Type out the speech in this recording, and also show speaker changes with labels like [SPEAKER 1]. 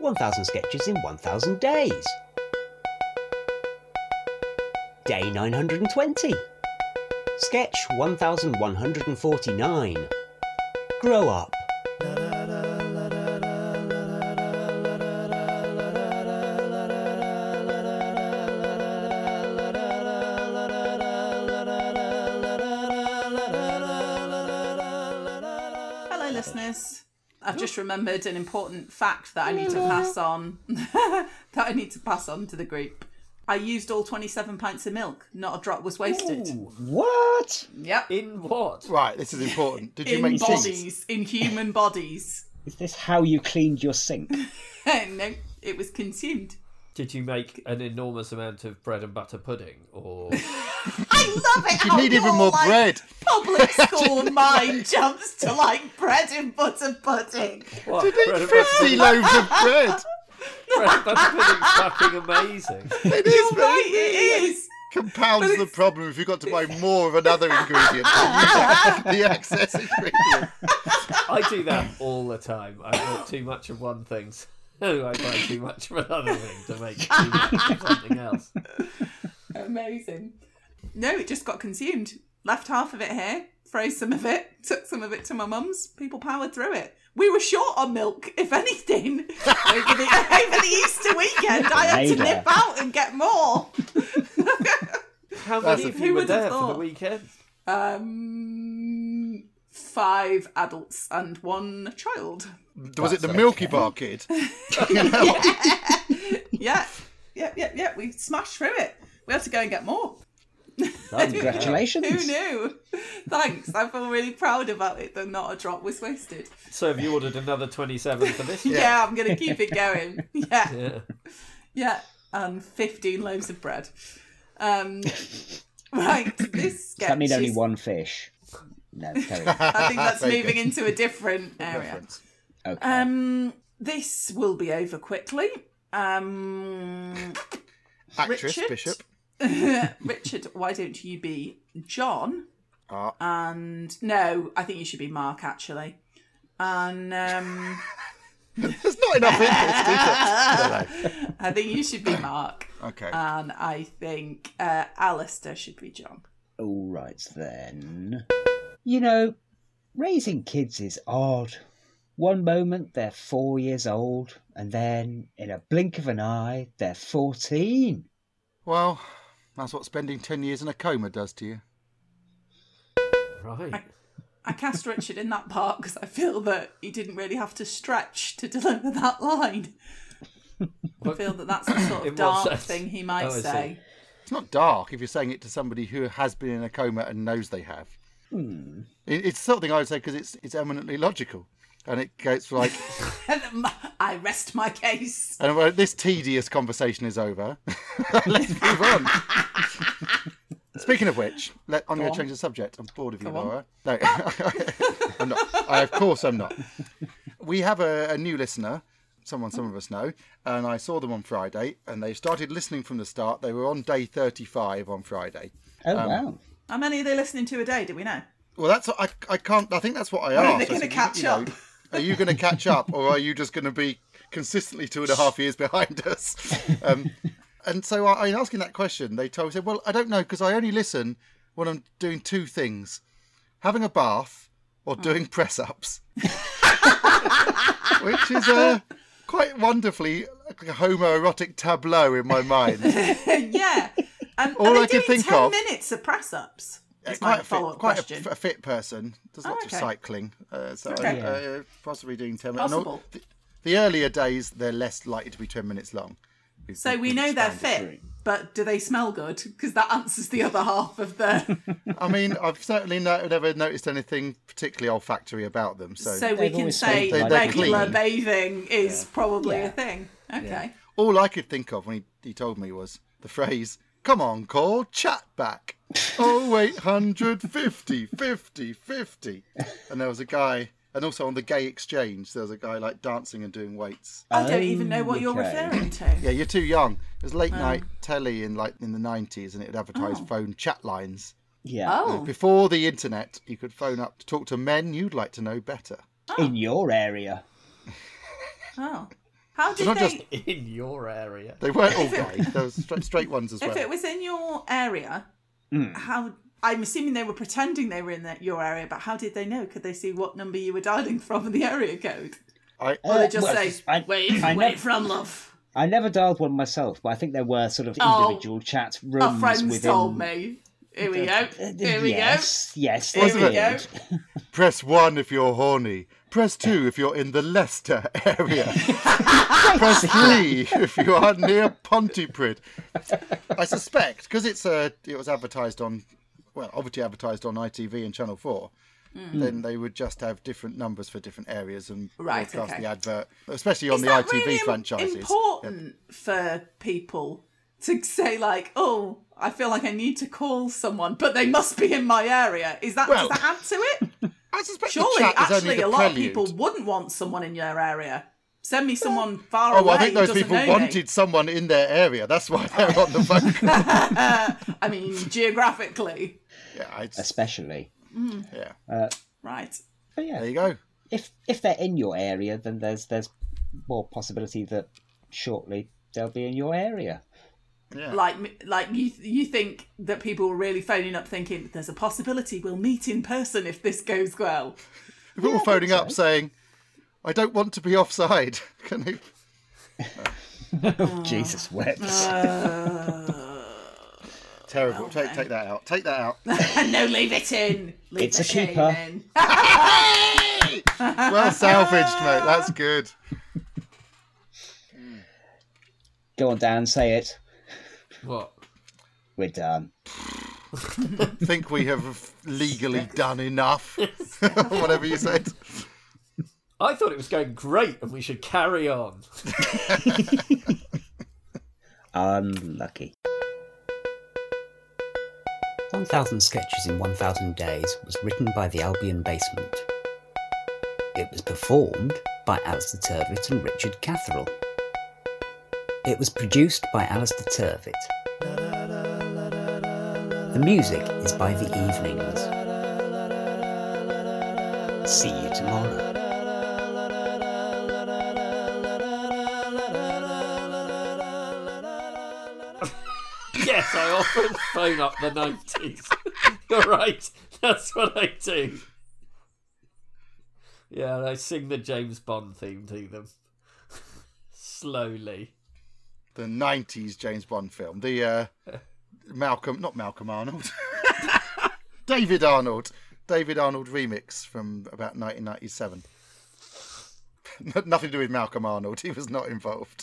[SPEAKER 1] 1000 Sketches in 1000 Days. Day 920. Sketch 1149. Grow Up.
[SPEAKER 2] Hello, listeners. I've just remembered an important fact that I need to pass on. that I need to pass on to the group. I used all 27 pints of milk. Not a drop was wasted.
[SPEAKER 1] What?
[SPEAKER 2] Yep.
[SPEAKER 3] In what?
[SPEAKER 4] Right, this is important. Did you
[SPEAKER 2] in
[SPEAKER 4] make
[SPEAKER 2] bodies,
[SPEAKER 4] cheese?
[SPEAKER 2] in human bodies.
[SPEAKER 1] Is this how you cleaned your sink?
[SPEAKER 2] no, it was consumed.
[SPEAKER 3] Did you make an enormous amount of bread and butter pudding? Or
[SPEAKER 2] I love it.
[SPEAKER 4] You
[SPEAKER 2] how
[SPEAKER 4] need even
[SPEAKER 2] your,
[SPEAKER 4] more
[SPEAKER 2] like,
[SPEAKER 4] bread.
[SPEAKER 2] Public school mind jumps to like bread and butter pudding.
[SPEAKER 3] what?
[SPEAKER 4] Did you
[SPEAKER 3] bread, and
[SPEAKER 4] make
[SPEAKER 3] butter,
[SPEAKER 4] 50 loaves of bread?
[SPEAKER 3] bread and butter pudding's fucking amazing.
[SPEAKER 4] It is,
[SPEAKER 2] You're right,
[SPEAKER 4] but
[SPEAKER 2] it is.
[SPEAKER 4] compounds the problem if you've got to buy more of another ingredient than you have the excess ingredient.
[SPEAKER 3] I do that all the time. I bought too much of one thing, so I buy too much of another thing to make too much of something else.
[SPEAKER 2] Amazing. No, it just got consumed. Left half of it here, froze some of it, took some of it to my mum's. People powered through it. We were short on milk, if anything. over, the, over the Easter weekend, I had to
[SPEAKER 1] Later.
[SPEAKER 2] nip out and get more.
[SPEAKER 3] How many
[SPEAKER 4] That's a-
[SPEAKER 3] of
[SPEAKER 2] Who
[SPEAKER 3] you were
[SPEAKER 2] would have
[SPEAKER 3] there for the
[SPEAKER 2] thought?
[SPEAKER 3] weekend?
[SPEAKER 2] Um, five adults and one child.
[SPEAKER 4] Was it
[SPEAKER 1] That's
[SPEAKER 4] the
[SPEAKER 1] okay.
[SPEAKER 4] Milky Bar kid?
[SPEAKER 2] Yeah, yeah, yeah, yeah. We smashed through it. We had to go and get more.
[SPEAKER 1] Congratulations.
[SPEAKER 2] Who knew? Thanks. I feel really proud about it that not a drop was wasted.
[SPEAKER 3] So have you ordered another 27 for this year?
[SPEAKER 2] yeah, I'm gonna keep it going. Yeah,
[SPEAKER 3] Yeah.
[SPEAKER 2] yeah, and 15 loaves of bread. Um, right, this
[SPEAKER 1] Does
[SPEAKER 2] sketch.
[SPEAKER 1] that mean only
[SPEAKER 2] is-
[SPEAKER 1] one fish? No, carry on.
[SPEAKER 2] I think that's
[SPEAKER 4] Very
[SPEAKER 2] moving
[SPEAKER 4] good
[SPEAKER 2] into a different area.
[SPEAKER 4] reference.
[SPEAKER 1] Okay.
[SPEAKER 2] Um, this will be over quickly. Um,
[SPEAKER 4] Actress,
[SPEAKER 2] Richard?
[SPEAKER 4] Bishop.
[SPEAKER 2] Richard, why don't you be John?
[SPEAKER 4] Ah.
[SPEAKER 2] Um, And no, I think you should be Mark actually. And um,
[SPEAKER 4] There's not enough
[SPEAKER 2] uh,
[SPEAKER 4] interest, is there?
[SPEAKER 2] I think you should be Mark.
[SPEAKER 4] No, no. Okay.
[SPEAKER 2] And I think uh, Alistair should be John.
[SPEAKER 1] All right then. You know, raising kids is odd. One moment they're four years old, and then in a blink of an eye, they're 14.
[SPEAKER 4] Well, that's what spending 10 years in a coma does to you.
[SPEAKER 3] Right.
[SPEAKER 2] I cast Richard in that part because I feel that he didn't really have to stretch to deliver that line. I
[SPEAKER 3] What-
[SPEAKER 2] feel that that's the sort
[SPEAKER 3] In
[SPEAKER 2] of
[SPEAKER 3] what
[SPEAKER 2] dark
[SPEAKER 3] sense?
[SPEAKER 2] thing he might
[SPEAKER 3] Oh, I see.
[SPEAKER 2] say.
[SPEAKER 4] It's not dark if you're saying it to somebody who has been in a coma and knows they have.
[SPEAKER 1] Hmm.
[SPEAKER 4] It, it's something I would say because it's, it's eminently logical. And it goes like,
[SPEAKER 2] I rest my case.
[SPEAKER 4] and well, this tedious conversation is over. Let's move on. Speaking of which, let, I'm going
[SPEAKER 2] on.
[SPEAKER 4] to change the subject. I'm bored of you,
[SPEAKER 2] Go on.
[SPEAKER 4] Laura. No, I'm not. I, of course, I'm not. We have a, a new listener, someone some of us know, and I saw them on Friday, and they started listening from the start. They were on day 35 on Friday.
[SPEAKER 1] Oh, wow.
[SPEAKER 2] How many are they listening to a day? Do we know?
[SPEAKER 4] Well, that's what I, I can't. I think that's what I
[SPEAKER 2] are
[SPEAKER 4] asked.
[SPEAKER 2] they
[SPEAKER 4] I
[SPEAKER 2] gonna
[SPEAKER 4] said,
[SPEAKER 2] catch
[SPEAKER 4] you know,
[SPEAKER 2] up?
[SPEAKER 4] are you going to catch up, or are you just going to be consistently two and a half years behind us? Um, and so, I, in asking that question, they told me, said, "Well, I don't know because I only listen when I'm doing two things: having a bath or doing press-ups," which is a quite wonderfully like a homoerotic tableau in my mind.
[SPEAKER 2] yeah. Um,
[SPEAKER 4] All
[SPEAKER 2] are they
[SPEAKER 4] I can
[SPEAKER 2] doing
[SPEAKER 4] think
[SPEAKER 2] 10
[SPEAKER 4] of-
[SPEAKER 2] minutes of press ups? That's
[SPEAKER 4] quite
[SPEAKER 2] my
[SPEAKER 4] a fit,
[SPEAKER 2] follow up
[SPEAKER 4] quite a
[SPEAKER 2] question.
[SPEAKER 4] f- a, fit person. Does
[SPEAKER 2] Oh,
[SPEAKER 4] lots
[SPEAKER 2] okay.
[SPEAKER 4] of cycling, uh, so
[SPEAKER 2] Okay.
[SPEAKER 4] uh, possibly doing ten minutes. And all-
[SPEAKER 2] Possible.
[SPEAKER 4] the, the earlier days, they're less likely to be ten minutes long.
[SPEAKER 2] so we know they're fit, but do they smell good? Because that answers the other half of the.
[SPEAKER 4] I mean, I've certainly no, never noticed anything particularly olfactory about them. So,
[SPEAKER 2] so we
[SPEAKER 1] They've
[SPEAKER 2] can
[SPEAKER 1] always
[SPEAKER 2] say
[SPEAKER 1] said,
[SPEAKER 4] like,
[SPEAKER 2] regular
[SPEAKER 4] clean.
[SPEAKER 2] bathing is probably a
[SPEAKER 1] Yeah.
[SPEAKER 2] thing. Okay.
[SPEAKER 4] all I could think of when he, he told me was the phrase "Come on, call chat back." oh eight hundred fifty fifty fifty, and there was a guy, and also on the gay exchange, there was a guy like dancing and doing weights.
[SPEAKER 2] I don't even know what you're
[SPEAKER 1] Okay.
[SPEAKER 2] referring to.
[SPEAKER 4] Yeah, you're too young. It was late night telly in like in the nineties, and it would advertise phone chat lines.
[SPEAKER 1] Yeah.
[SPEAKER 2] Oh,
[SPEAKER 4] Before the internet, you could phone up to talk
[SPEAKER 2] Ah.
[SPEAKER 4] to men you'd like to know better.
[SPEAKER 1] In your area.
[SPEAKER 2] oh. How did
[SPEAKER 4] not
[SPEAKER 2] they?
[SPEAKER 4] just-
[SPEAKER 3] in your area.
[SPEAKER 4] They weren't all gay. There were straight, straight ones as
[SPEAKER 2] if
[SPEAKER 4] well.
[SPEAKER 2] it was in your area,
[SPEAKER 1] Mm.
[SPEAKER 2] how? I'm assuming they were pretending they were in that, your area, but how did they know? Could they see what number you were dialing from and the area code?
[SPEAKER 4] I,
[SPEAKER 2] Or they
[SPEAKER 1] Uh,
[SPEAKER 2] just
[SPEAKER 1] well,
[SPEAKER 2] say,
[SPEAKER 1] I,
[SPEAKER 2] "Where you-
[SPEAKER 1] I
[SPEAKER 2] where
[SPEAKER 1] nev-
[SPEAKER 2] you from, love?"
[SPEAKER 1] I never dialed one myself, but I think there were sort of
[SPEAKER 2] Oh,
[SPEAKER 1] individual chat rooms
[SPEAKER 2] Our friends
[SPEAKER 1] within.
[SPEAKER 2] told me. Here we go.
[SPEAKER 1] Uh,
[SPEAKER 2] Here we
[SPEAKER 1] yes, yes,
[SPEAKER 2] Here
[SPEAKER 1] they
[SPEAKER 2] go.
[SPEAKER 4] we
[SPEAKER 1] did.
[SPEAKER 4] Press one if you're horny. Press two if you're in the Leicester area. Press three if you are near Pontypridd. I suspect because it's uh, it was advertised on, well, obviously advertised on ITV and Channel Four.
[SPEAKER 2] Hmm.
[SPEAKER 4] Then they would just have different numbers for different areas and
[SPEAKER 2] Right,
[SPEAKER 4] broadcast
[SPEAKER 2] okay.
[SPEAKER 4] the advert, especially on
[SPEAKER 2] Is
[SPEAKER 4] the
[SPEAKER 2] that
[SPEAKER 4] ITV
[SPEAKER 2] really im-
[SPEAKER 4] franchises.
[SPEAKER 2] important for people to say like, "Oh, I feel like I need to call someone, but they must be in my area." Is that
[SPEAKER 4] Well-
[SPEAKER 2] does that add to it?
[SPEAKER 4] I suspect the
[SPEAKER 2] Surely,
[SPEAKER 4] chat is only
[SPEAKER 2] actually,
[SPEAKER 4] the
[SPEAKER 2] a lot of
[SPEAKER 4] prelude.
[SPEAKER 2] people wouldn't want someone in your area. Send me someone far
[SPEAKER 4] Oh,
[SPEAKER 2] away.
[SPEAKER 4] well, I think
[SPEAKER 2] who
[SPEAKER 4] those
[SPEAKER 2] doesn't
[SPEAKER 4] people
[SPEAKER 2] know me.
[SPEAKER 4] wanted someone in their area. That's why they're on the phone.
[SPEAKER 2] I mean, geographically,
[SPEAKER 4] yeah, it's,
[SPEAKER 1] especially.
[SPEAKER 4] yeah.
[SPEAKER 2] right?
[SPEAKER 1] But yeah,
[SPEAKER 4] There you go.
[SPEAKER 1] if if they're in your area, then there's there's more possibility that shortly they'll be in your area.
[SPEAKER 4] Yeah.
[SPEAKER 2] Like, like you, you think that people were really phoning up, thinking there's a possibility we'll meet in person if this goes well.
[SPEAKER 4] We're all phoning up saying, "I don't want to be offside." Can you?
[SPEAKER 1] Oh, Jesus wept.
[SPEAKER 4] Terrible. take take that out. Take that out.
[SPEAKER 2] no, leave it in. Leave
[SPEAKER 1] It's
[SPEAKER 2] the
[SPEAKER 1] a
[SPEAKER 2] shame
[SPEAKER 1] keeper.
[SPEAKER 2] in.
[SPEAKER 4] well salvaged, mate. That's good.
[SPEAKER 1] Go on, Dan, say it.
[SPEAKER 3] What?
[SPEAKER 1] We're done.
[SPEAKER 4] Think we have legally done enough. Whatever you said.
[SPEAKER 3] I thought it was going great and we should carry on.
[SPEAKER 1] Unlucky. 1000 Sketches in 1000 Days was written by the Albion Basement. It was performed by Alistair Turvitt and Richard Catherall. It was produced by Alistair Turvitt. The music is by The Evenings. See you tomorrow.
[SPEAKER 3] Yes, I often phone up the 90s. You're right. That's what I do. Yeah, and I sing the James Bond theme to them. Slowly.
[SPEAKER 4] The '90s James Bond film. The uh, Malcolm, not Malcolm Arnold. David Arnold. David Arnold remix from about 1997. Nothing to do with Malcolm Arnold. He was not involved.